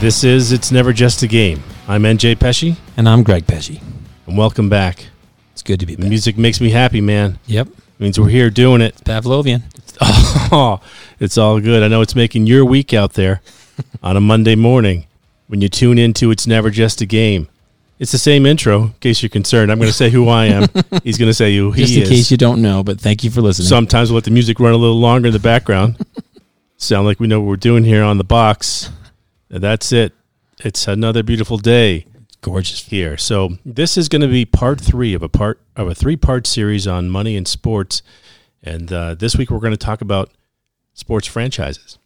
This is It's Never Just a Game. I'm NJ Pesci, And I'm Greg Pesci. and welcome back. It's good to be The back. music makes me happy, man. Yep. means we're here doing it. Pavlovian. Oh, it's all good. I know it's making your week out there on a Monday morning when you tune into It's Never Just a Game. It's the same intro, in case you're concerned. I'm going to say who I am. He's going to say who he Just in is. case you don't know, but thank you for listening. Sometimes we'll let the music run a little longer in the background. Sound like we know what we're doing here on the box. And that's it. It's another beautiful day Gorgeous. here. So this is going to be part three of a part of a three part series on money and sports. And uh, this week we're going to talk about sports franchises.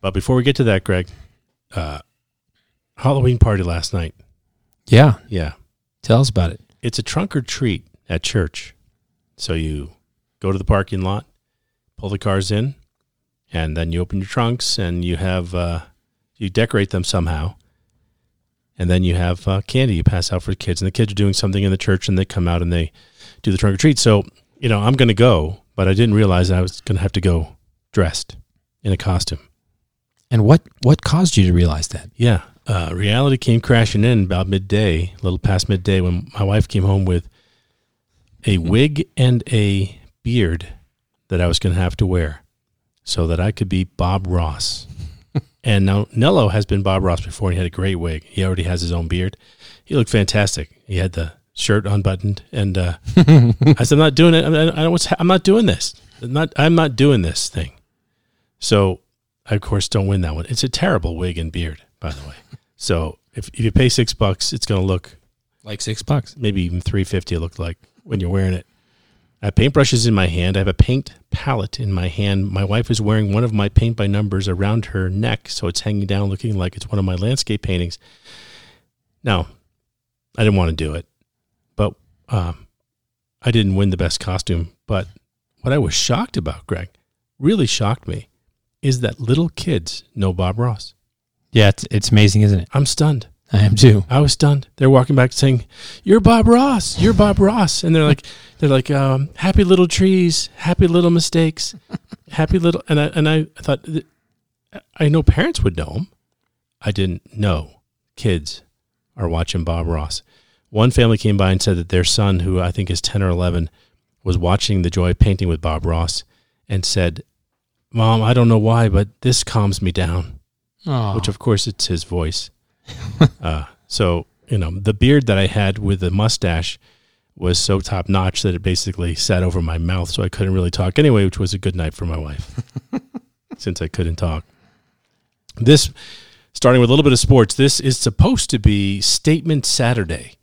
But before we get to that, Greg, uh, Halloween party last night. Yeah. Yeah, Tell us about it. it's a trunk or treat at church. So you go to the parking lot, pull the cars in, and then you open your trunks and you have uh, you decorate them somehow, and then you have uh, candy you pass out for the kids, and the kids are doing something in the church, and they come out and they do the trunk or treat. So you know I'm going to go, but I didn't realize I was going to have to go dressed in a costume. And what what caused you to realize that? Yeah. Uh, reality came crashing in about midday, a little past midday, when my wife came home with a wig and a beard that I was going to have to wear so that I could be Bob Ross. and now Nello has been Bob Ross before, and he had a great wig. He already has his own beard. He looked fantastic. He had the shirt unbuttoned, and uh, I said, "I'm not doing it. I'm, I don't, what's, I'm not doing this. I'm not. I'm not doing this thing." So I, of course, don't win that one. It's a terrible wig and beard, by the way. So if, if you pay six bucks, it's going to look Like six bucks. maybe even three fifty. It looked like when you're wearing it. I have paintbrushes in my hand. I have a paint palette in my hand. My wife is wearing one of my paint by numbers around her neck, so it's hanging down, looking like it's one of my landscape paintings. Now, I didn't want to do it, but um, I didn't win the best costume. But what I was shocked about, Greg, really shocked me, is that little kids know Bob Ross. Yeah, it's, it's amazing, isn't it? I'm stunned. I am too. I was stunned. They're walking back saying, "You're Bob Ross. You're Bob Ross." And they're like, "They're like, um, happy little trees, happy little mistakes, happy little." And I and I thought, th- I know parents would know him. I didn't know kids are watching Bob Ross. One family came by and said that their son, who I think is ten or eleven, was watching The Joy of Painting with Bob Ross, and said, "Mom, I don't know why, but this calms me down." Oh, which of course it's his voice. uh, so you know, the beard that I had with the mustache was so top notch that it basically sat over my mouth, so I couldn't really talk anyway, which was a good night for my wife, since I couldn't talk. This, starting with a little bit of sports, this is supposed to be Statement Saturday.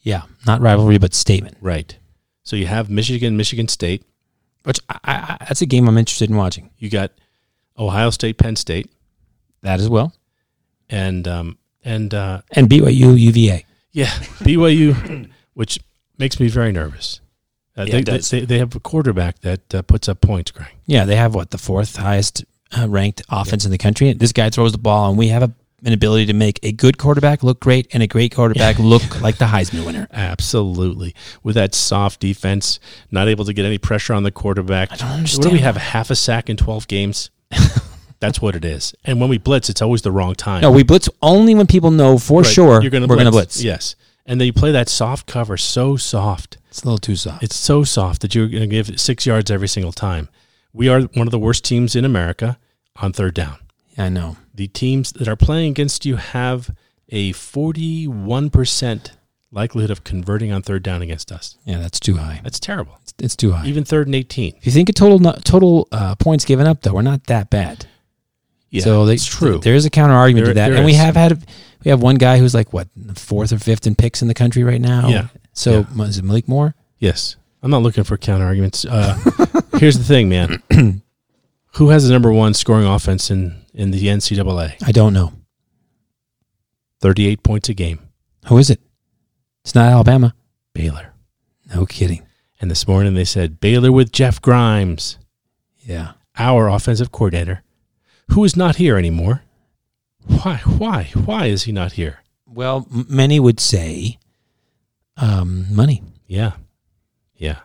yeah, not rivalry, but statement. Right. So you have Michigan, Michigan State. Which I, I, I- that's a game I'm interested in watching. You got Ohio State, Penn State, That as well. and um, and uh, And BYU UVA. Yeah, BYU, which makes me very nervous. Uh, Yeah, they, it does. they, they have a quarterback that uh, puts up points, Greg. Yeah, they have what the fourth highest uh, ranked offense in the country. This guy throws the ball, and we have a, an ability to make a good quarterback look great and a great quarterback look like the Heisman winner. Absolutely. With that soft defense, not able to get any pressure on the quarterback. I don't What do understand we have? Half a sack in 12 games? That's what it is. And when we blitz, it's always the wrong time. No, we blitz only when people know for Right, sure You're gonna we're blitz. going to blitz. Yes. And then you play that soft cover so soft. It's a little too soft. It's so soft that you're going to give it six yards every single time. We are one of the worst teams in America on third down. I know. the teams that are playing against you have a 41% likelihood of converting on third down against us. Yeah, that's too high. That's terrible. It's, it's too high. Even third and 18. If you think of total nu- total uh, points given up, though, we're not that bad. Yeah, so they, it's true. there is a counter argument to There- that, there and we is. have had we have one guy who's like what fourth or fifth in picks in the country right now. Yeah. So Ma- is it Malik Moore? yes. I'm not looking for counter arguments. Uh, here's the thing, man. Who has the number one scoring offense in, in the NCAA? I don't know. 38 points a game. Who is it? It's not Alabama. Baylor. No kidding. And this morning they said Baylor with Jeff Grimes, Yeah. our offensive coordinator, who is not here anymore. Why? Why? Why is he not here? Well, m- many would say um, money. Yeah. Yeah.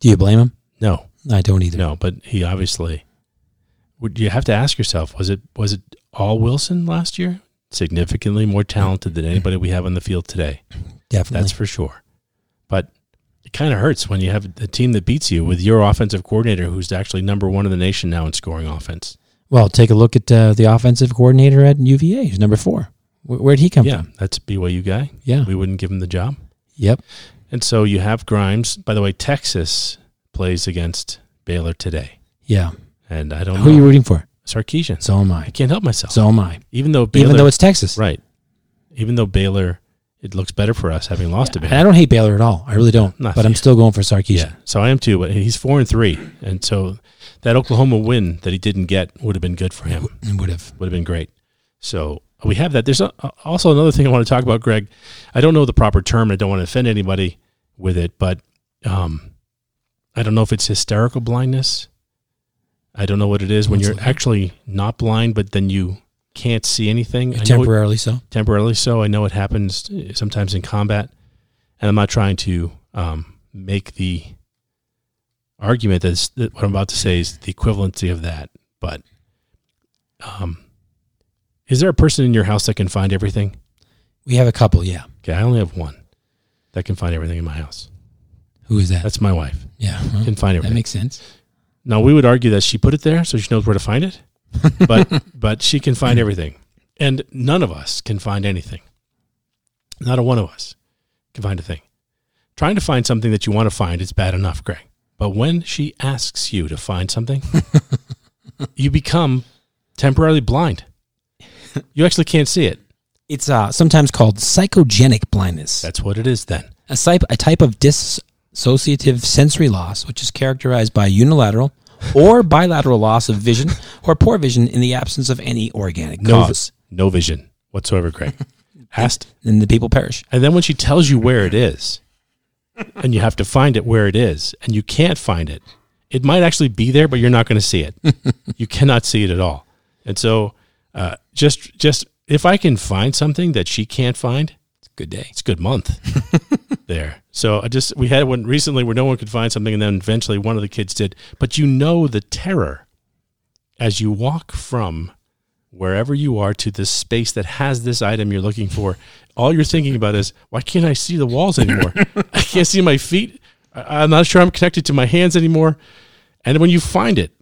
Do you blame him? No, I don't either. no, but he obviously would you have to ask yourself was it was it all Wilson last year? Significantly more talented than anybody we have on the field today. Definitely. That's for sure. But it kind of hurts when you have a team that beats you with your offensive coordinator who's actually number one in the nation now in scoring offense. well, take a look at uh, the offensive coordinator at UVA, who's number four. Where, where'd he come Yeah, from? that's a BYU guy. Yeah. We wouldn't give him the job. Yep. And so you have Grimes. By the way, Texas plays against Baylor today. Yeah. And I don't Who are you know. rooting for? Sarkeesian. So am I I. can't help myself. So am I. even though Baylor, Even though it's Texas. right, even though Baylor, it looks better for us having lost to And Baylor. I don't hate Baylor at all. I really don't. Not but I'm yet. still going for Sarkeesian. Yeah, so I am too. But he's four and three, and so that Oklahoma win that he didn't get would have been good for him. Would have. Would have been great. So we have that. There's a, also another thing I want to talk about, Greg. I don't know the proper term. I don't want to offend anybody with it, but um, I don't know if it's hysterical blindness. I don't know what it is when Let's you're look. actually not blind, but then you can't see anything. I know it- Temporarily so. temporarily so. I know it happens sometimes in combat, and I'm not trying to um, make the argument that, it's, that what I'm about to say is the equivalency of that. But um, is there a person in your house that can find everything? We have a couple. Yeah. Okay, I only have one that can find everything in my house. Who is that? That's my wife. yeah. well, Can find that everything. makes sense. Now we would argue that she put it there, so she knows where to find it. But but she can find everything, and none of us can find anything. Not a one of us can find a thing. Trying to find something that you want to find is bad enough, Greg. But when she asks you to find something, you become temporarily blind. You actually can't see it. It's uh, sometimes called psychogenic blindness. That's what it is then. a type, a type of dissociative sensory loss, which is characterized by unilateral or bilateral loss of vision or poor vision in the absence of any organic No, vi- cause. no vision whatsoever, Greg. Asked Then the people perish. And then when she tells you where it is, and you have to find it where it is, and you can't find it, it might actually be there, but you're not going to see it. you cannot see it at all. And so, uh, just just if I can find something that she can't find, Good day. it's a good month there. So I just we had one recently where no one could find something, and then eventually one of the kids did. But you know the terror as you walk from wherever you are to this space that has this item you're looking for. All you're thinking about is why can't I see the walls anymore? I can't see my feet. I- I'm not sure I'm connected to my hands anymore. And when you find it,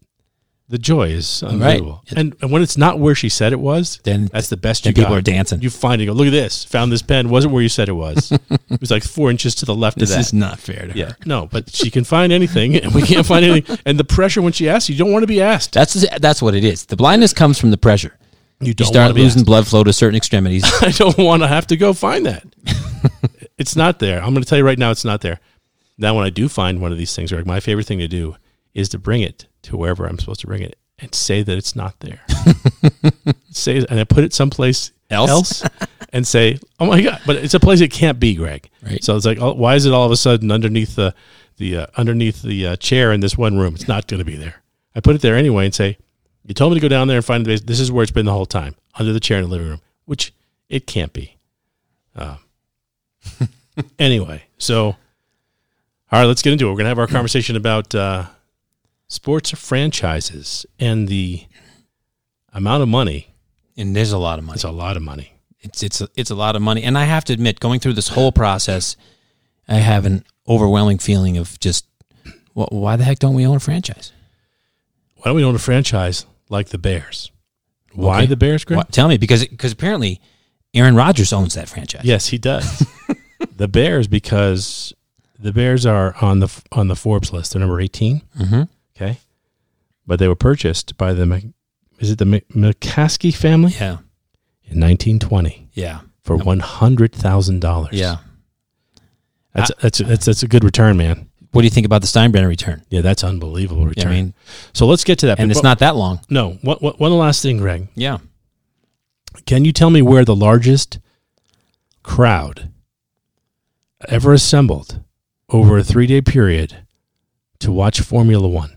the joy is unbelievable. And, and when it's not where she said it was, Then- that's the best then you got. people are dancing. You find it. Go look at this. Found this pen. Wasn't where you said it was. it was like four inches to the left This of that. is not fair to yeah. her. No, but she can find anything, and we can't find anything. And the pressure when she asks, you don't want to be asked. That's that's what it is. The blindness comes from the pressure. You You don't want start to be losing asked. blood flow to certain extremities. I don't want to have to go find that. it's not there. I'm going to tell you right now, it's not there. Now, when I do find one of these things, Greg, my favorite thing to do is to bring it to wherever I'm supposed to bring it and say that it's not there. say, and I put it someplace else, Else? and say, "Oh my god!" But it's a place it can't be, Greg. Right. So it's like, oh, why is it all of a sudden underneath the the uh, underneath the uh, chair in this one room? It's not going to be there. I put it there anyway and say, "You told me to go down there and find the base. This is where it's been the whole time, under the chair in the living room, which it can't be." Um, anyway, so all right, let's get into it. We're going to have our conversation about uh, sports franchises and the amount of money. and there's a lot of money. It's a lot of money. It's it's a, it's a lot of money. And I have to admit, going through this whole process, I have an overwhelming feeling of just, wh why the heck don't we own a franchise? Why don't we own a franchise like the Bears? Why Okay. the Bears, Greg? Why- tell me because because apparently Aaron Rodgers owns that franchise. Yes, he does. the Bears because the Bears are on the on the Forbes list. They're number 18 Mm-hmm. Okay, but they were purchased by the Mc- is it the Mc- McCaskey family Yeah. in 1920 Yeah. for one hundred thousand dollars. Yeah. that's that's that's that's a good return, man. What do you think about the Steinbrenner return? Yeah, that's unbelievable return. I mean, so let's get to that. and it's not that long. no. What, what, one last thing, Greg. Yeah. Can you tell me where the largest crowd ever assembled over a three day period to watch Formula One?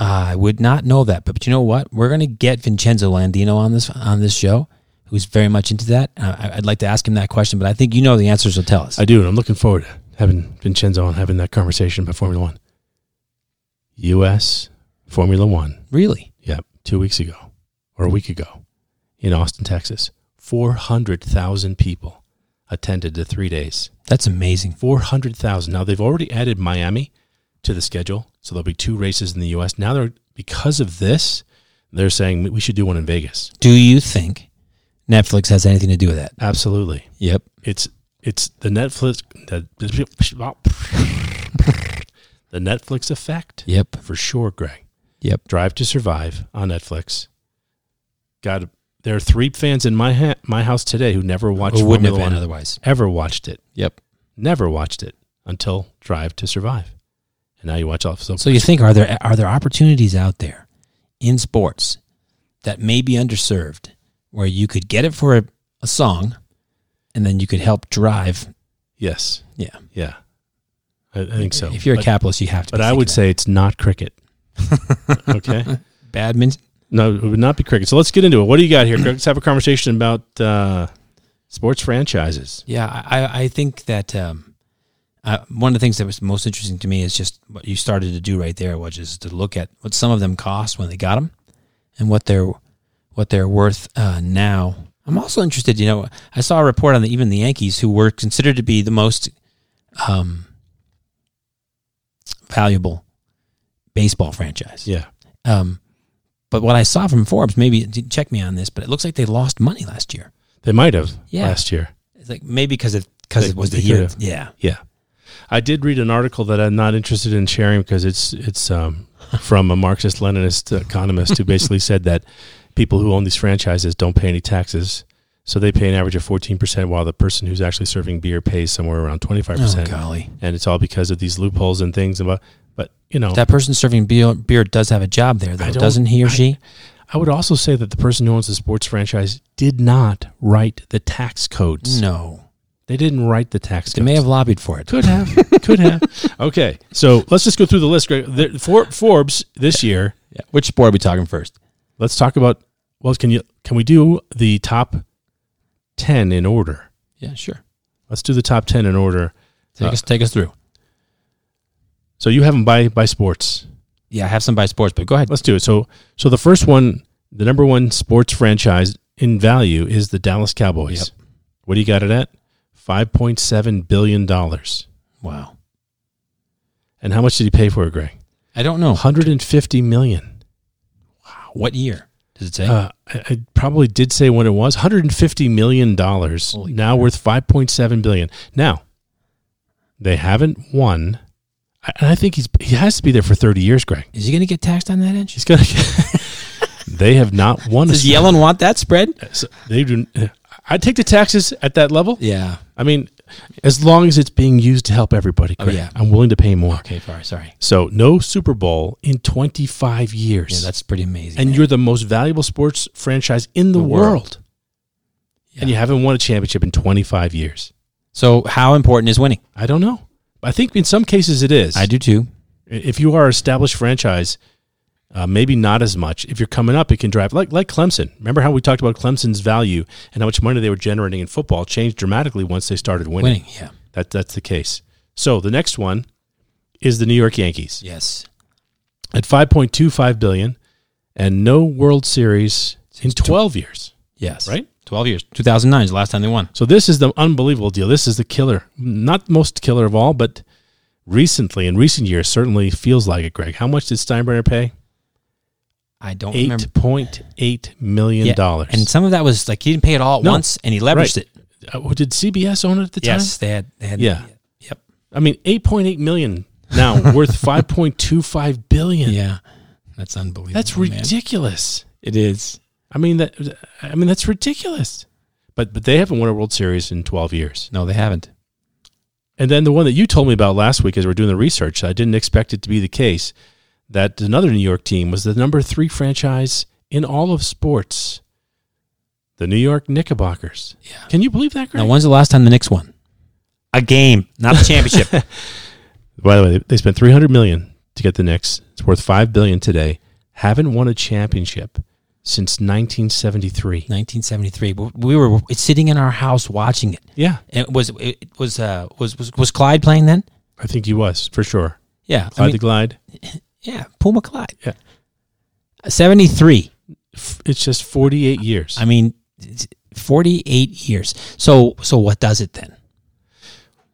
I would not know that, but, but you know what? We're going to get Vincenzo Landino on this on this show, who's very much into that. Uh, I, I'd like to ask him that question, but I think you know the answers will tell us. I do, and I'm looking forward to having Vincenzo and having that conversation about Formula One. U.S. Formula One. Really? Yep, two weeks ago or a week ago in Austin, Texas. 400,000 people attended the three days. That's amazing. 400,000. Now, they've already added Miami to the schedule. So there'll be two races in the U.S. Now, they're because of this, they're saying we should do one in Vegas. Do you think Netflix has anything to do with that? Absolutely. Yep. It's it's the Netflix the, the Netflix effect Yep. for sure, Greg. Yep. Drive to Survive on Netflix. Got there are three fans in my ha- my house today who never watched Or wouldn't have Formula been One, otherwise. ever watched it, Yep. never watched it until Drive to Survive, and now you watch all. So, So you think are there are there opportunities out there in sports that may be underserved where you could get it for a, a song and then you could help drive? yes, Yeah. yeah, I, I think so. If you're a But- capitalist, you have to. but be I thinking would that. say it's not cricket. okay, badminton. no, it would not be cricket. So let's get into it. What do you got here? Greg? Let's have a conversation about uh, sports franchises. Yeah, I, I- I think that um, uh, one of the things that was most interesting to me is just what you started to do right there, which is to look at what some of them cost when they got them, and what they're what they're worth uh, now. I'm also interested. You know, I saw a report on the, even the Yankees, who were considered to be the most um, valuable baseball franchise. Yeah, Um, but what I saw from Forbes, maybe check me on this, but it looks like they lost money last year. they might have Yeah. last year. It's like maybe because it because They- it was they the year. could've- Yeah. Yeah. I did read an article that I'm not interested in sharing because it's it's um, from a Marxist Leninist economist who basically said that people who own these franchises don't pay any taxes. So they pay an average of 14% while the person who's actually serving beer pays somewhere around 25%. Oh, golly. and it's all because of these loopholes and things about but you know, That person serving beer, beer does have a job there, I though, don't- doesn't he or I- she? I would also say that the person who owns the sports franchise did not write the tax codes. No. They didn't write the tax They codes. may have lobbied for it. Could have. could have. Okay. So let's just go through the list. Greg. There- For, Forbes this year, Which sport are we talking first? let's talk about. Well, can you can we do the top ten in order? Yeah, sure. Let's do the top ten in order. Take, Uh, us, take us through. So you have them by by sports. Yeah, I have some by sports, but go ahead. Let's do it. So so the first one, the number one sports franchise in value is the Dallas Cowboys. What do you got it at? Five point seven billion dollars. Wow. And how much did he pay for it, Greg? I don't know. One hundred and fifty million. What year does it say? Uh, I, I probably did say when it was 150 million dollars. Holy Now worth 5.7 billion. Now they haven't won, I- and I think he's he has to be there for 30 years, Greg. Is he going to get taxed on that inch? He's gonna. they have not won. a Does sp- Yellen want that spread? so they do. uh, I take the taxes at that level. Yeah. I mean, as long as it's being used to help everybody, Oh, Greg, yeah. I'm willing to pay more. Okay, sorry. Sorry. So no Super Bowl in 25 years, Yeah, that's pretty amazing. and you're the most valuable sports franchise in the, The world. world. and you Yeah. haven't won a championship in 25 years. so, how important is winning? I don't know. I think in some cases it is. I do too. If you are an established franchise, uh, maybe not as much. If you're coming up, it can drive like like Clemson. Remember how we talked about Clemson's value and how much money they were generating in football changed dramatically once they started winning. Winning. Yeah. That that's the case. So the next one is the New York Yankees Yes. at 5.25 billion and no World Series in 12 years. Yes. Right? 12 years. 2009 is the last time they won. So this is the unbelievable deal. This is the killer, not the most killer of all, but recently in recent years certainly feels like it. Greg, how much did Steinbrenner pay? I don't remember. Eight point eight million Yeah, dollars. And some of that was like he didn't pay it all at No. once, and he Right. leveraged it. Uh, well, did CBS own it at the Yes, they had. They had Yeah. Yep. time? I mean, eight point eight million now worth five point two five billion. Yeah. That's unbelievable. That's man. ridiculous. It is. I mean that. I mean that's ridiculous. But but they haven't won a World Series in twelve years. No, they haven't. And then the one that you told me about last week as we are doing the research, I didn't expect it to be the case that another New York team was the number three franchise in all of sports, the New York Knickerbockers. Yeah. Can you believe that, Greg? Now, when's the last time the Knicks won? A game, not a championship. By the way, they- they spent three hundred million to get the Knicks. It's worth five billion today. Haven't won a championship since nineteen seventy three. 1973. We- We were sitting in our house watching it. Yeah, And it was it was uh was was, was Clyde playing then? I think he was for sure. Yeah. I Clyde mean, the Glide. yeah. Puma Clyde. Yeah. 73. F- It's just 48 years. I mean, it's 48 years. So so what does it then?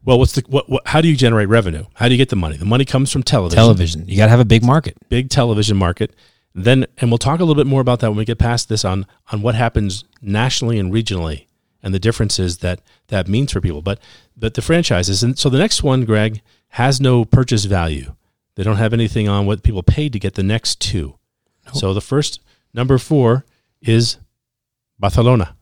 well, what's the what, what? How do you generate revenue? How do you get the money? The money comes from television, Television. You got to have a big market. big television market. Then, and we'll talk a little bit more about that when we get past this on on what happens nationally and regionally and the differences that that means for people. But but the franchises, and so the next one, Greg, has no purchase value. They don't have anything on what people paid to get the next two. So the first number four is Barcelona. Uh-huh.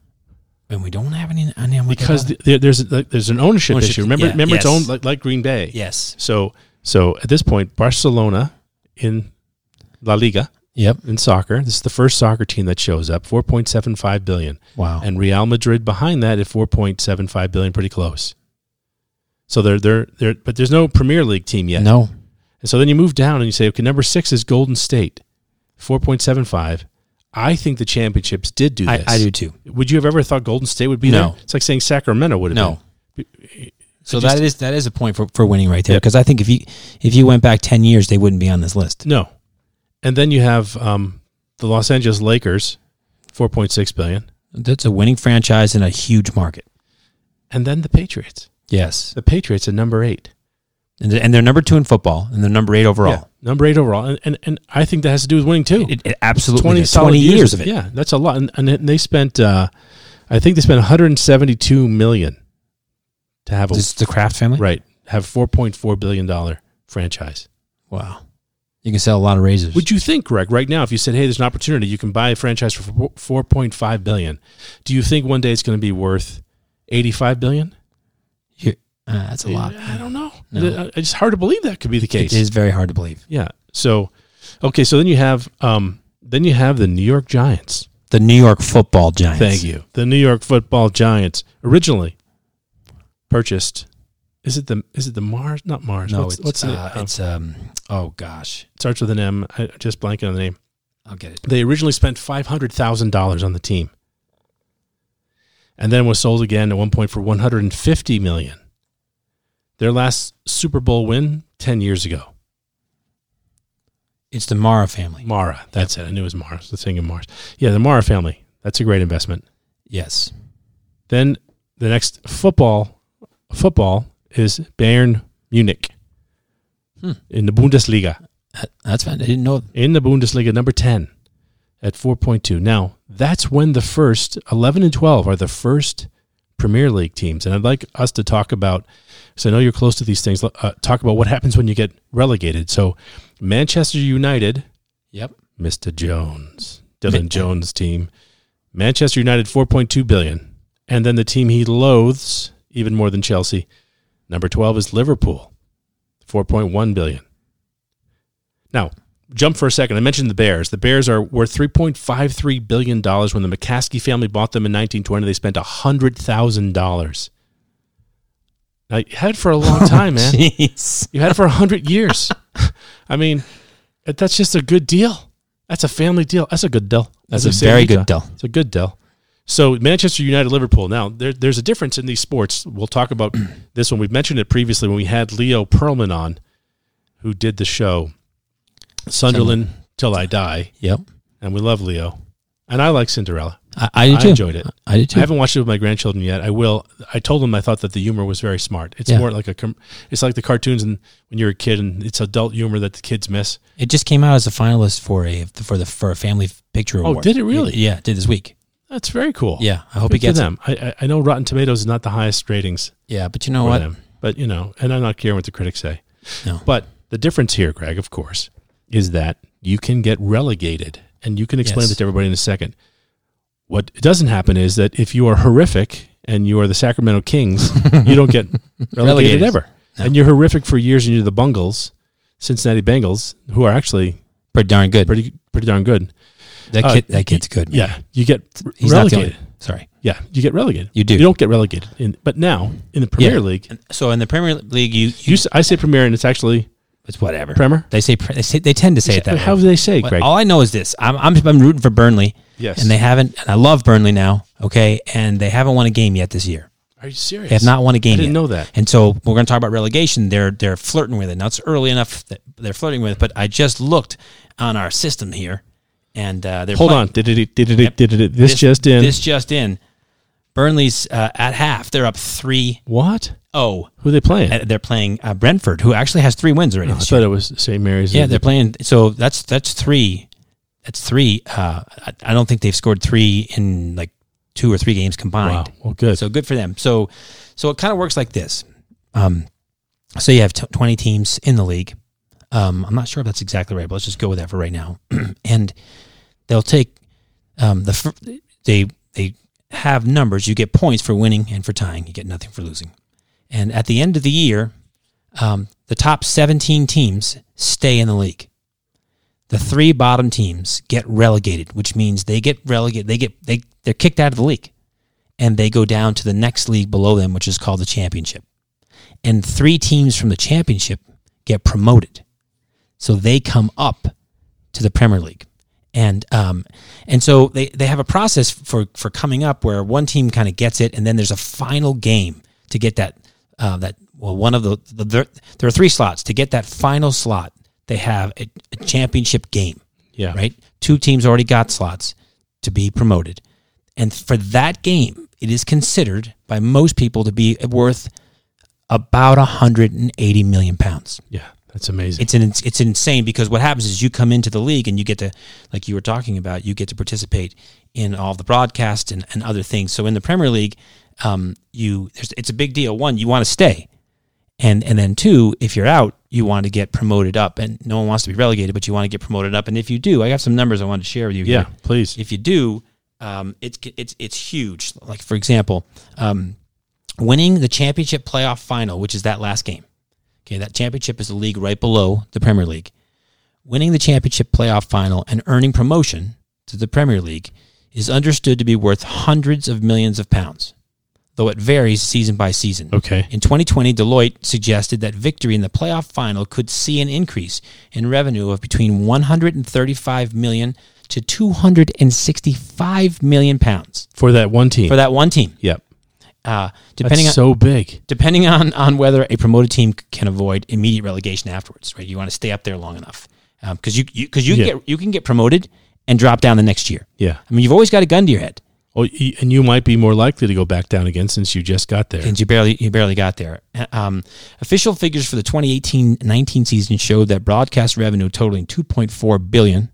And we don't have any. any we because got- the, there- there's like, there's an ownership, Ownership, issue. Remember, yeah, remember it's yes. owned like, like Green Bay. yes. So so at this point, Barcelona in La Liga Yep. in soccer. This is the first soccer team that shows up, four point seven five billion, Wow. and Real Madrid behind that at four point seven five billion, pretty close. So they're they're they're but there's no Premier League team yet. No. And so then you move down and you say, okay, number six is Golden State, four point seven five. I think the championships did do I, this. I do too. Would you have ever thought Golden State would be No. there? It's like saying Sacramento would have been. No. So just- that is that is a point for, for winning right there Yeah. because I think if you if you went back ten years they wouldn't be on this list. No. And then you have um, the Los Angeles Lakers, four point six billion, That's a winning franchise in a huge market. and then the Patriots. Yes, The Patriots at number eight and, and they're number two in football and they're number eight Yeah, overall. number eight overall, and, and and I think that has to do with winning too. It, it absolutely twenty does. solid twenty years, of it. Yeah, that's a lot, and and, it- they spent, uh, I think they spent one hundred and seventy two million to have a This is the Kraft family. right have four point four billion dollar franchise. Wow, you can sell a lot of razors. Would you think, Greg, right now, if you said, "Hey, there's an opportunity, you can buy a franchise for four point five billion, do you think one day it's going to be worth eighty five billion? You- uh, that's a lot. I don't know. uh, No. It's just hard to believe that could be the It case. is very hard to believe. Yeah. So, okay. So then you have, um, then you have the New York Giants. The New York Football Giants. Thank you. The New York Football Giants originally purchased. Is it the is it the Mars? Not Mars. No, what's, it's what's the, uh, um, it's um oh gosh, starts with an M. I I'm just blanking on the name. I'll get it. They originally spent five hundred thousand dollars on the team, and then was sold again at one point for one hundred and fifty million. Their last Super Bowl win ten years ago. It's the Mara family. Mara. That's it. I knew it was Mara. It's The thing in Mars. Yeah, the Mara family. That's a great investment. Yes, Then the next football football is Bayern Munich Hmm. in the Bundesliga. That- that's fine. I didn't know. In the Bundesliga, number ten at four point two. Now that's when the first eleven and twelve are the first Premier League teams, and I'd like us to talk about. So I know you're close to these things. Uh, talk about what happens when you get relegated. So Manchester United Yep. Mr. Jones, Dylan Jones team. Manchester United 4.2 billion. And then the team he loathes even more than Chelsea. Number 12 is Liverpool, 4.1 billion. Now, jump for a second. I mentioned the Bears. The Bears are worth 3.53 billion dollars when the McCaskey family bought them in 1920. They spent $100,000. Now, you had it for a long time, man. Jeez. You had it for 100 years. I mean, that- that's just a good deal. That's a family deal. That's a good deal. As That's they a say in very Utah. good deal. It's a good deal. So, Manchester United, Liverpool. Now, there, there's a difference in these sports. We'll talk about this one. We've mentioned it previously when we had Leo Perlman on, who did the show Sunderland Till I Die. Yep. And we love Leo. And I like Cinderella. I, I did I too. enjoyed it. I did I too. haven't watched it with my grandchildren yet. I will. I told them I thought that the humor was very smart. It's Yeah. more like a, com- it's like the cartoons and when you're a kid and it's adult humor that the kids miss. It just came out as a finalist for a for the for a family picture Oh, award. did it really? Yeah, it did this week. That's very cool. Yeah, I hope Good it gets. for them. I, I I know Rotten Tomatoes is not the highest ratings Yeah, but you know for what? them, but you know, and I'm not caring what the critics say. No. But the difference here, Greg, of course, is that you can get relegated, and you can explain Yes. this to everybody in a second. What doesn't happen is that if you are horrific and you are the Sacramento Kings, you don't get relegated, Relegated. ever. And you're horrific for years, and you're the Bungles, Cincinnati Bengals, who are actually Pretty darn good. pretty pretty darn good. that uh, kid, that kid's good. man. Yeah, you get relegated. he's not the only. Sorry. yeah, you get relegated. You do. You don't get relegated. In, but now in the Premier Yeah. League, So in the Premier League, you, you, you, s- I say Premier, and it's actually it's whatever. Premier. They say pre- they say they tend to say it that How way. do they say, But Greg? all I know is this: I'm, I'm I'm rooting for Burnley, yes. and they haven't. And I love Burnley now. Okay, and they haven't won a game yet this year. Are you serious? They have not won a game I didn't yet. know that. And so we're going to talk about relegation. They're they're flirting with it. Now it's early enough that they're flirting with, it, but I just looked on our system here, and uh, they're Hold playing- on. Did it, did it, did it, this just in. This just in. Burnley's uh, at half. They're up 3 what? 0. Who are they playing? They're playing uh, Brentford, who actually has three wins already. Oh, I this thought it was St. Mary's. Yeah, they're playing. So that's that's three. That's three. Uh, I, I don't think they've scored three in like two or three games wow. combined. Well, good. So good for them. So so it kind of works like this. Um, so you have t- twenty teams in the league. Um, I'm not sure if that's exactly right, but let's just go with that for right now. and they'll take um, the fir- they they have numbers. You get points for winning and for tying. You get nothing for losing. And at the end of the year, um, the top 17 teams stay in the league. The three bottom teams get relegated, which means they get relegated. They get they they're kicked out of the league, and they go down to the next league below them, which is called the championship. And three teams from the championship get promoted, so they come up to the Premier League, and um, and so they they have a process for for coming up where one team kind of gets it, and then there's a final game to get that uh, that well one of the, the there, there are three slots to get that final slot. They have a, a championship game, yeah. right? Two teams already got slots to be promoted, and for that game, it is considered by most people to be worth about 180 million pounds. Yeah. That's amazing. It's an it's insane because what happens is you come into the league and you get to like you were talking about you get to participate in all the broadcast and, and other things. So in the Premier League, um, you there's, it's a big deal. One, you want to stay, and and then two, if you're out, you want to get promoted up, and no one wants to be relegated, but you want to get promoted up. And if you do, I got some numbers I wanted to share with you. yeah. here Please. if you do, um, it's it's it's huge. Like for example, um, winning the championship playoff final, which is that last game. Okay, that championship is the league right below the Premier League. Winning the championship playoff final and earning promotion to the Premier League is understood to be worth hundreds of millions of pounds, though it varies season by season. Okay. In 2020, Deloitte suggested that victory in the playoff final could see an increase in revenue of between 135 million to 265 million pounds For that one team. for that one team, yep. uh, depending That's on. so big. Depending on, on whether a promoted team c- can avoid immediate relegation afterwards, right? You want to stay up there long enough because you you, cause you, Yeah. get, you can get promoted and drop down the next year. Yeah. I mean, you've always got a gun to your head. Oh, y- and you might be more likely to go back down again since you just got there. and you barely you barely got there. Um, official figures for the 2018-19 season showed that broadcast revenue totaling 2.4 billion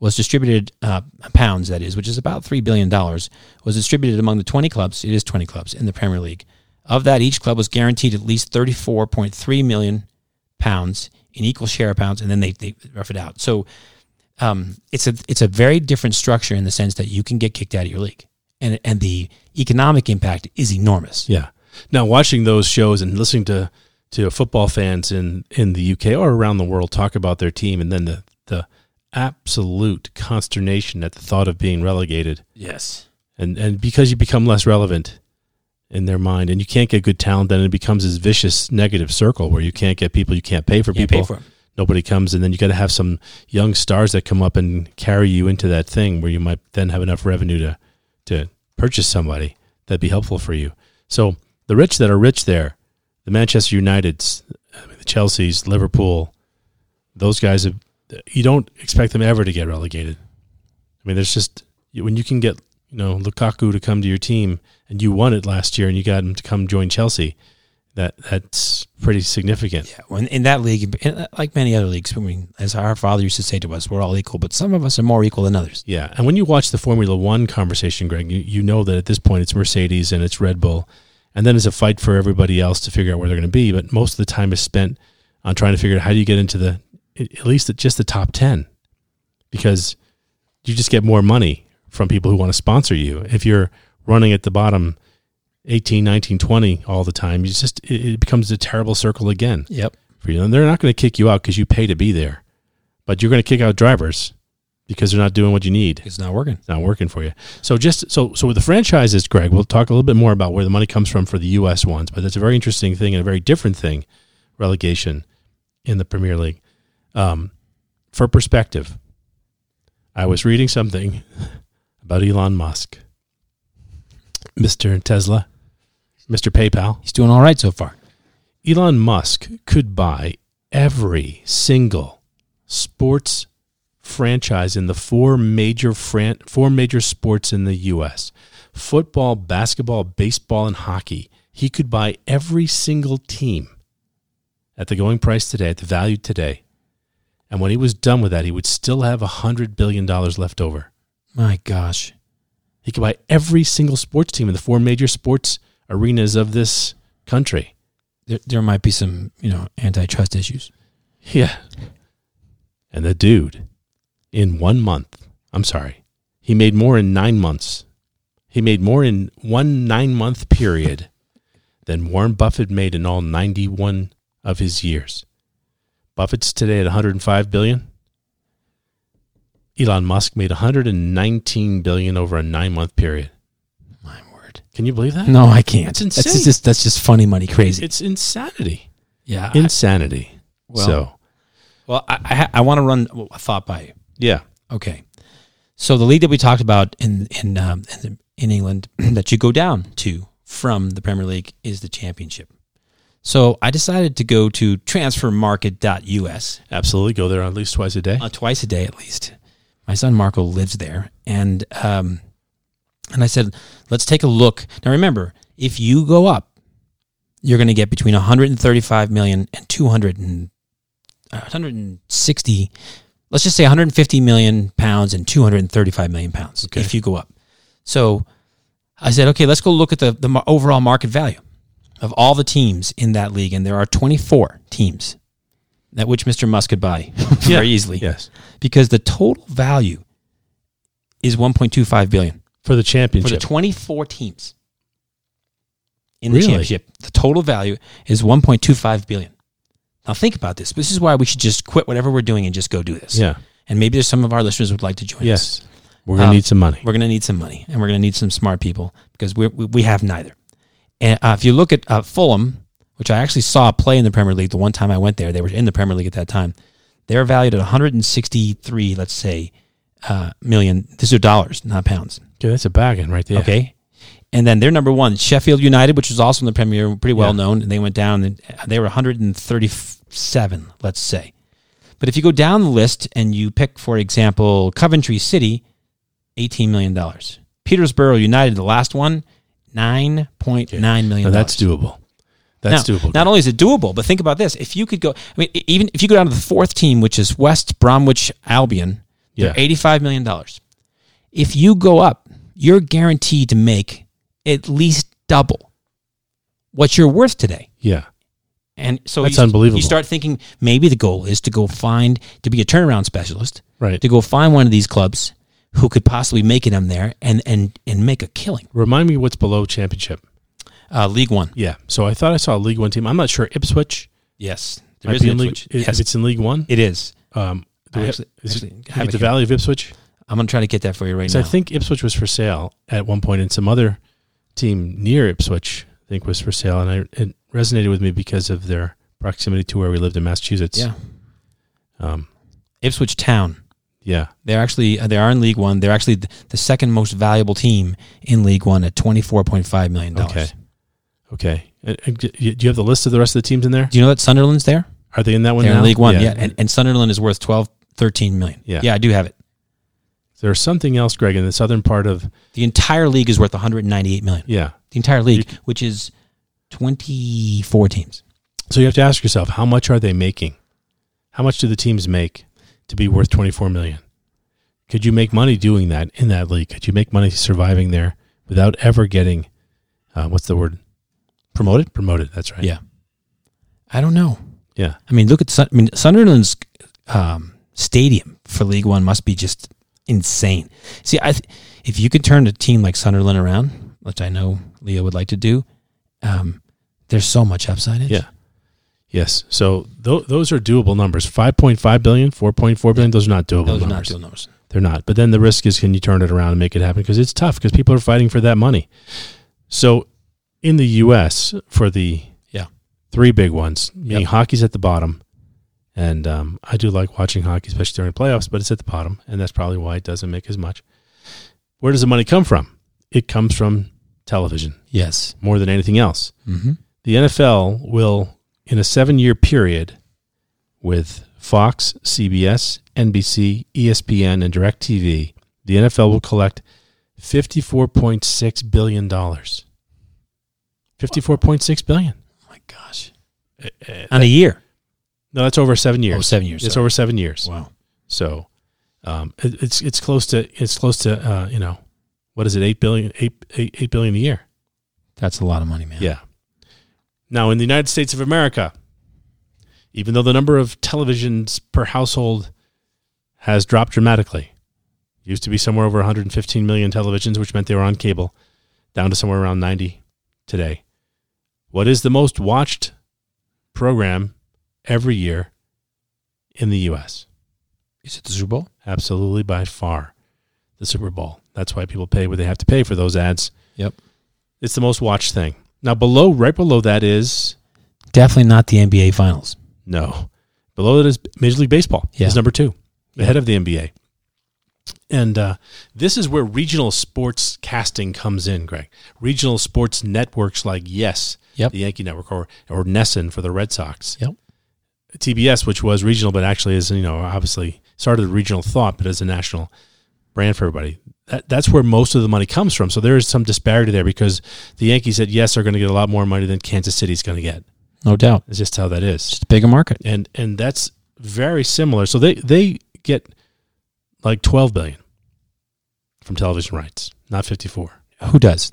was distributed uh, pounds that is, which is about 3 billion dollars, was distributed among the 20 clubs. It is 20 clubs in the Premier League. Of that, each club was guaranteed at least 34.3 million pounds in equal share of pounds, and then they they rough it out. So um, it's a it's a very different structure in the sense that you can get kicked out of your league, and and the economic impact is enormous. Yeah. Now watching those shows and listening to to football fans in in the UK or around the world talk about their team and then the the absolute consternation at the thought of being relegated Yes. and and because you become less relevant in their mind and you can't get good talent then it becomes this vicious negative circle where you can't get people you can't pay for You people pay for them. nobody comes and then you got to have some young stars that come up and carry you into that thing where you might then have enough revenue to to purchase somebody that'd be helpful for you so the rich that are rich there the manchester uniteds I mean, the chelseas liverpool those guys have, you don't expect them ever to get relegated i mean there's just when you can get you know lukaku to come to your team and you won it last year and you got him to come join chelsea that that's pretty significant Yeah. When in that league, in- like many other leagues, I mean, as our father used to say to us, we're all equal, but some of us are more equal than others. Yeah, and when you watch the Formula One conversation, Greg, you, you know that at this point it's Mercedes and it's Red Bull, and then it's a fight for everybody else to figure out where they're going to be. But most of the time is spent on trying to figure out how do you get into the at least the, just the top ten, because you just get more money from people who want to sponsor you. If you're running at the bottom 18, 19, 20 all the time, you just it, it becomes a terrible circle again Yep. for you. And they're not going to kick you out because you pay to be there, but you're going to kick out drivers because they're not doing what you need It's not working. it's not working for you. So just so so with the franchises, Greg, we'll talk a little bit more about where the money comes from for the U.S. ones, but that's a very interesting thing and a very different thing, relegation in the Premier League. Um, for perspective, I was reading something about Elon Musk, Mister Tesla, Mister PayPal. He's doing all right so far. Elon Musk could buy every single sports franchise in the four major fran- four major sports in the U.S. football, basketball, baseball, and hockey. He could buy every single team at the going price today, at the value today. And when he was done with that, he would still have $100 billion left over. My gosh. He could buy every single sports team in the four major sports arenas of this country. There, there might be some, you know, antitrust issues. Yeah. And the dude, in one month, I'm sorry, he made more in nine months. He made more in one nine month period than Warren Buffett made in all 91 of his years. Buffett's today at 105 billion. Elon Musk made 119 billion over a nine month period. My word. Can you believe that? No, I can't. That's insane. That's just that's just funny money crazy. It's insanity. yeah. I- Insanity. well, so, well, I I, ha- I want to run a thought by you. yeah. Okay. So the league that we talked about in in um, in, the, in England that you go down to from the Premier League is the Championship. So I decided to go to transfermarket.us Absolutely. Go there at least twice a day. uh, twice a day at least. My son Marco lives there, and um, and I said, let's take a look. Now remember, if you go up, you're going to get between 135 million and 200 and uh, 160. Let's just say 150 million pounds and 235 million pounds Okay. if you go up. So I said, okay, let's go look at the the mar- overall market value of all the teams in that league, and there are 24 teams. That which Mr. Musk could buy very easily Yes. because the total value is 1.25 billion For the for the championship. 24 teams in the Really? championship. The total value is 1.25 billion. Now think about this. This is why we should just quit whatever we're doing and just go do this. yeah. And maybe there's some of our listeners would like to join us. Yes. We're going to Um, need some money. We're going to need some money and we're going to need some smart people because we're, we we have neither. And uh, if you look at uh, Fulham, which I actually saw play in the Premier League the one time I went there, they were in the Premier League at that time. They're valued at 163, let's say, uh, million. These are dollars, not pounds. Okay, that's a bargain right there. Okay. And then they're number one, Sheffield United, which was also in the Premier, pretty well Yeah. known. And they went down and they were 137, let's say. But if you go down the list and you pick, for example, Coventry City, $18 million. Petersborough United, the last one, $9.9 million. Now that's doable. That's Now, doable. Not only is it doable, but think about this. If you could go, I mean, e- even if you go down to the fourth team, which is West Bromwich Albion, Yeah. they're $85 million. If you go up, you're guaranteed to make at least double what you're worth today. yeah. And so That's you, unbelievable. You start thinking maybe the goal is to go find, to be a turnaround specialist, Right. to go find one of these clubs who could possibly make it on there and, and, and make a killing. Remind me what's below championship. Uh, League One. Yeah. So I thought I saw a League One team. I'm not sure. Ipswich. Yes. There might is be an in Ipswich. League, Yes, If it's in League One. it is. um, do I we have- actually- is actually it, have it the here. Valley of Ipswich? I'm gonna try to get that for you right So now. I think Ipswich was for sale at one point, and some other team near Ipswich, I think, was for sale. And I, it resonated with me because of their proximity to where we lived in Massachusetts. yeah, Um, Ipswich Town. yeah. They're actually uh, they are in League One. They're actually th- the second most valuable team in League One at twenty four point five million dollars. Okay. Okay. And, and do you do you have the list of the rest of the teams in there? Do you know that Sunderland's there? Are they in that one They're now? in League One. Yeah, And, and Sunderland is worth 12, 13 million. Yeah. yeah, I do have it. There's something else, Greg, in the southern part of The entire league is worth one hundred ninety eight million. yeah. The entire league, which is twenty four teams. So you have to ask yourself, how much are they making? How much do the teams make to be worth 24 million? Could you make money doing that in that league? Could you make money surviving there without ever getting uh, what's the word Promoted? promoted? That's right. Yeah. I don't know. Yeah. I mean, look at Sun- I mean Sunderland's um, stadium for League One must be just insane. See, I th- if you could turn a team like Sunderland around, which I know Leo would like to do, um, there's so much upside. In it. Yeah. Yes. So tho- those are doable numbers. 5.5 billion, 4.4 billion, those are not doable those are not numbers. doing numbers. They're not. But then the risk is can you turn it around and make it happen? Because it's tough because people are fighting for that money. So in the U.S., for the Yeah. three big ones, meaning Yep. hockey's at the bottom. And um, I do like watching hockey, especially during playoffs, but it's at the bottom. And that's probably why it doesn't make as much. Where does the money come from? It comes from television Yes. more than anything else Mm-hmm. the NFL will, in a seven year period with Fox, CBS, NBC, ESPN, and DirecTV, the NFL will collect $54.6 billion. $54.6 billion. Oh my gosh. Eh, On a year. No, that's over seven years. Oh, seven years. It's sorry. over seven years. Wow. So um, it, it's it's close to it's close to uh, you know what is it eight billion eight eight, eight billion a year. That's a lot of money, man. Yeah. Now, in the United States of America, even though the number of televisions per household has dropped dramatically, it used to be somewhere over 115 million televisions, which meant they were on cable, down to somewhere around 90 today. What is the most watched program every year in the U.S.? Is it the Super Bowl? Absolutely, by far, the Super Bowl. That's why people pay what they have to pay for those ads. Yep. It's the most watched thing. Now, below, right below that is Definitely not the NBA Finals. no. Below it is Major League Baseball. Yeah. Is number two, ahead of the NBA. And uh, this is where regional sports casting comes in, Greg. Regional sports networks like Yes, Yep. the Yankee Network, or or Nesson for the Red Sox. Yep. TBS, which was regional, but actually is you know obviously started with regional thought, but as a national brand for everybody. That, that's where most of the money comes from. So there is some disparity there because the Yankees at Yes are going to get a lot more money than Kansas City's going to get. No doubt. It's just how that is It's a bigger market. and and that's very similar. So they they get like twelve billion from television rights, not fifty four. Who does?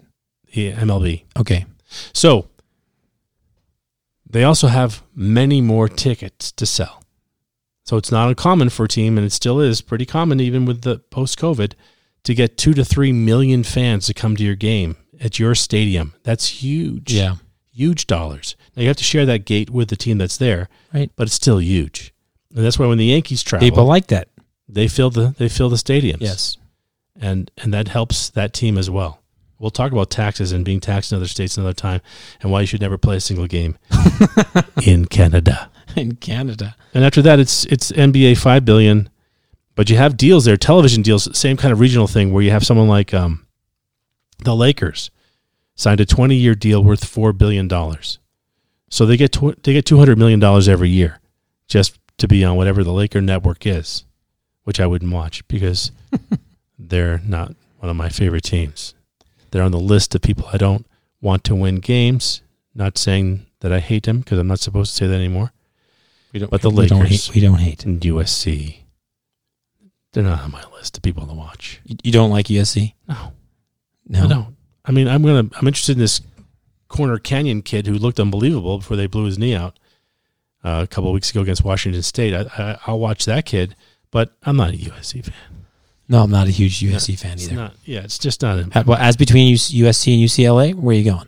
Yeah, MLB. Okay. So they also have many more tickets to sell. So it's not uncommon for a team, and it still is pretty common even with the post COVID, to get two to three million fans to come to your game at your stadium. That's huge. Yeah. Huge dollars. Now you have to share that gate with the team that's there Right. but it's still huge. And that's why when the Yankees travel, People like that. they fill the they fill the stadiums. Yes. and and that helps that team as well. We'll talk about taxes and being taxed in other states another time, and why you should never play a single game in Canada. In Canada. And after that, it's it's NBA five billion, but you have deals there, television deals, same kind of regional thing where you have someone like um, the Lakers signed a twenty year deal worth four billion dollars, so they get tw- they get two hundred million dollars every year just to be on whatever the Laker network is, which I wouldn't watch because they're not one of my favorite teams. They're on the list of people I don't want to win games. Not saying that I hate them because I'm not supposed to say that anymore We don't, But the we Don't Lakers. hate, we don't hate. and USC. They're not on my list of people to watch. You you don't like USC? No, No. I don't. I mean, I'm gonna. I'm interested in this corner canyon kid who looked unbelievable before they blew his knee out uh, a couple of weeks ago against Washington State. I, I, I'll watch that kid, but I'm not a USC fan. No, I'm not a huge USC fan It's either. not. Yeah, it's just not in Ha- Well, as between US- USC and UCLA, where are you going?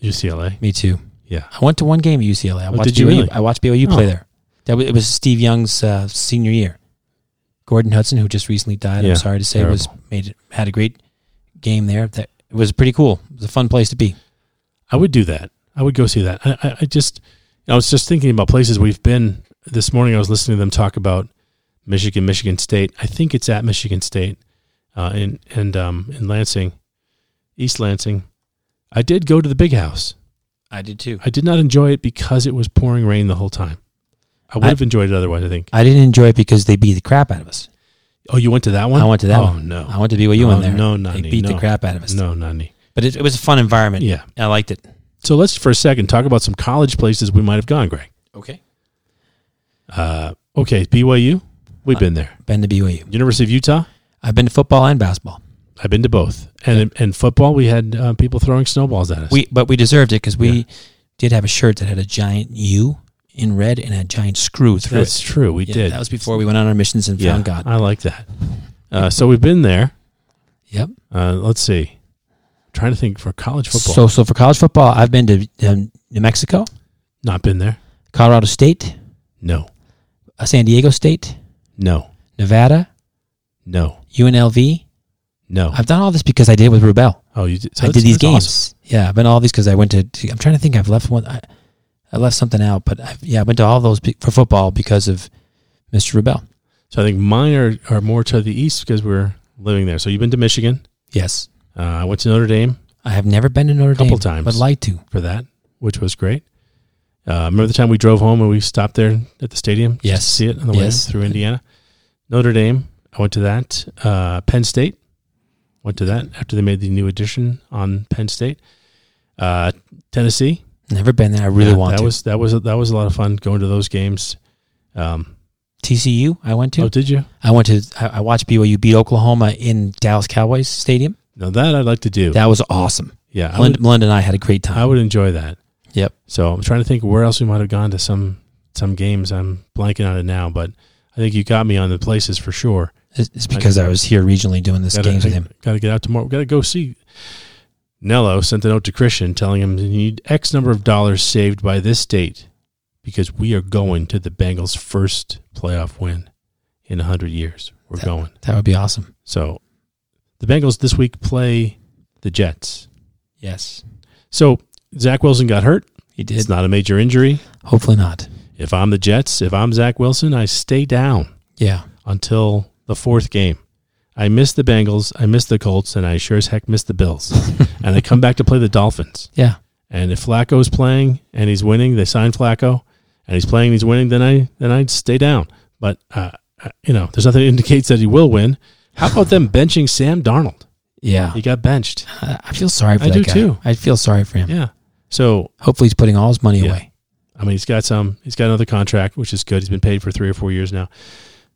UCLA. Me too. Yeah. I went to one game at UCLA. I Oh, watched did you BYU. really? I watched BYU play Oh. there. That was, it was Steve Young's uh, senior year. Gordon Hudson, who just recently died, Yeah, I'm sorry to say, was terrible. made had a great game there. That it was pretty cool. It was a fun place to be. I would do that. I would go see that. I, I, I just, I was just thinking about places we've been this morning. I was listening to them talk about Michigan, Michigan State. I think it's at Michigan State, uh, in and um, in Lansing, East Lansing. I did go to the big house. I did too. I did not enjoy it because it was pouring rain the whole time. I would I- have enjoyed it otherwise. I think. I didn't enjoy it because they beat the crap out of us. Oh, you went to that one? I went to that Oh one. no, I went to BYU Oh, in there. no, they Nani, beat the no. crap out of us. no, not me. But it, it was a fun environment. Yeah. I liked it. So let's for a second talk about some college places we might have gone, Greg. Okay. Uh, okay, BYU. Uh, We've been there. Been to BYU. University of Utah. I've been to football and basketball. I've been to both, and and football we had uh, people throwing snowballs at us. We but we deserved it because we did have a shirt that had a giant U in red and a giant screw through that's it. true. We Yeah, did. That was before we went on our missions and yeah, found God. I like that. Uh, so we've been there. Yep. Uh, let's see. trying to think for college football. So so for college football, I've been to um, New Mexico, Not been there. Colorado State, No. uh, San Diego State, No. Nevada, No. UNLV. No. I've done all this because I did with Rubel. oh, you did. so I that's- did these that's games. awesome. Yeah, I've been to all these because I went to, to- I'm trying to think. I've left one. I, I left something out, but I've, yeah, I went to all those be- for football because of Mr. Rubel. So I think mine are, are more to the east because we're living there. So you've been to Michigan. Yes, Uh, I went to Notre Dame I have never been to Notre Couple Dame. times. but like to. for that, which was great. Uh, remember the time we drove home and we stopped there at the stadium? just to Yes. see it on the way Yes. through Indiana. Notre Dame, I went to that. Uh, Penn State, went to that after they made the new addition on Penn State. Uh, Tennessee, Never been there. I really yeah, want that to. was that was that was a lot of fun going to those games. Um, TCU. I went to. oh, did you? I went to. I, I watched BYU beat Oklahoma in Dallas Cowboys Stadium. No, that I'd like to do. That was awesome. yeah, I Melinda, would, Melinda and I had a great time. I would enjoy that. Yep. So I'm trying to think where else we might have gone to some some games. I'm blanking on it now, but I think you got me on the places for sure. It's it's because I was here regionally doing this games with him. Got to get out tomorrow. Got to go see. Nello sent a note to Christian telling him you need X number of dollars saved by this date because we are going to the Bengals' first playoff win in 100 years. We're going. That would be awesome. So the Bengals this week play the Jets. Yes, So Zach Wilson got hurt. he did. It's not a major injury. Hopefully not. If I'm the Jets, if I'm Zach Wilson, I stay down. Yeah. until the fourth game. I miss the Bengals, I miss the Colts, and I sure as heck miss the Bills. and they come back to play the Dolphins. Yeah. And if Flacco's playing and he's winning, they sign Flacco, and he's playing and he's winning, then I then I'd stay down. But uh, uh, you know, there's nothing that indicates that he will win. How about them benching Sam Darnold? Yeah. He got benched. I I feel sorry for I that do guy. too. I feel sorry for him. Yeah. So Hopefully he's putting all his money Yeah. away. I mean, he's got some. He's got another contract, which is good. He's been paid for three or four years now.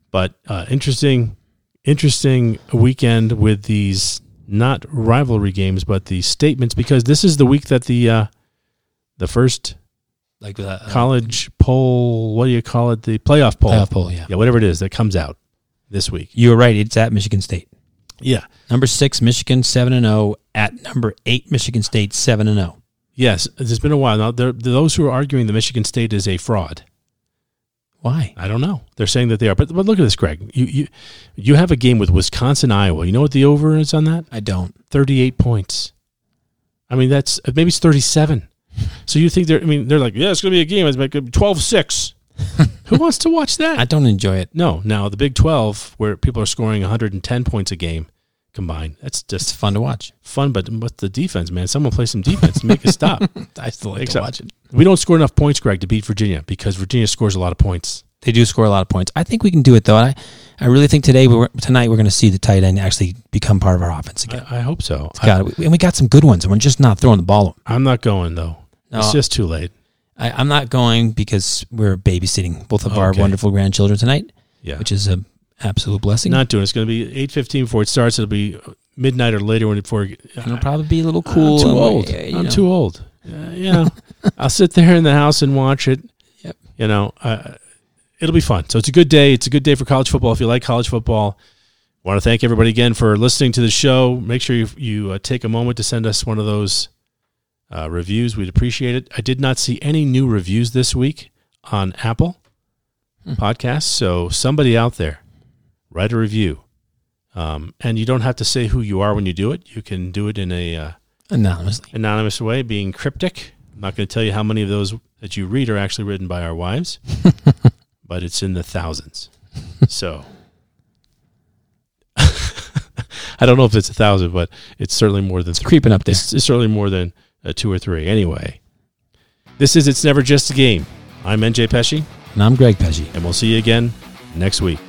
But uh, interesting, interesting weekend with these not rivalry games, but the statements because this is the week that the uh, the first Like uh, Um, college poll. What do you call it? The playoff poll. playoff poll. Yeah. uh, Yeah, whatever it is that comes out this week. You were right. It's at Michigan State. Yeah. Number six, Michigan seven and zero. At number eight, Michigan State seven and oh. zero. Yes, it's been a while now. There, those who are arguing the Michigan State is a fraud. Why? I don't know. They're saying that they are, but but look at this, Greg. You you you have a game with Wisconsin, Iowa. You know what the over is on that? I don't. 38 points. I mean, that's uh, maybe it's 37. So you think they're, I mean, they're like, yeah, it's going to be a game. It's going to be 12 6. Who wants to watch I that? don't enjoy it. No, now the Big 12, where people are scoring 110 points a game combined, that's It's just fun to watch. fun. But what's the defense, man? Someone play some defense, make a stop. I still like Except- to watch it. We don't score enough points, Greg, to beat Virginia because Virginia scores a lot of points. They do score a lot of points. I think we can do it though. I, I really think today we're tonight we're going to see the tight end actually become part of our offense again. I, I hope so. I, God, we- and we got some good ones, and we're just not throwing the ball. I'm not going, though. No, It's just too late. I, I'm not going because we're babysitting both of our Okay. wonderful grandchildren tonight, Yeah. which is a absolute blessing. Not doing it. It's going to be 8.15 before it starts. It'll be midnight or later when it, before it, and it'll probably be a little cool. I'm too and we- old. yeah, you I'm know. too old. Uh, you know, I'll sit there in the house and watch it. Yep. You know, uh, it'll be fun. So it's a good day. It's a good day for college football. If you like college football, want to thank everybody again for listening to the show. Make sure you you uh, take a moment to send us one of those uh, reviews. We'd appreciate it. I did not see any new reviews this week on Apple Hmm. Podcasts. So somebody out there, write a review. Um, and you don't have to say who you are when you do it. You can do it in a uh, anonymously. anonymous way, being cryptic. I'm not going to tell you how many of those that you read are actually written by our wives, but it's in the thousands. So I don't know if it's a thousand, but it's certainly more than three. Creeping up there. It's, it's certainly more than uh, two or three. Anyway, this is It's Never Just a Game. I'm NJ Pesci, And I'm Greg Peggy. and we'll see you again next week.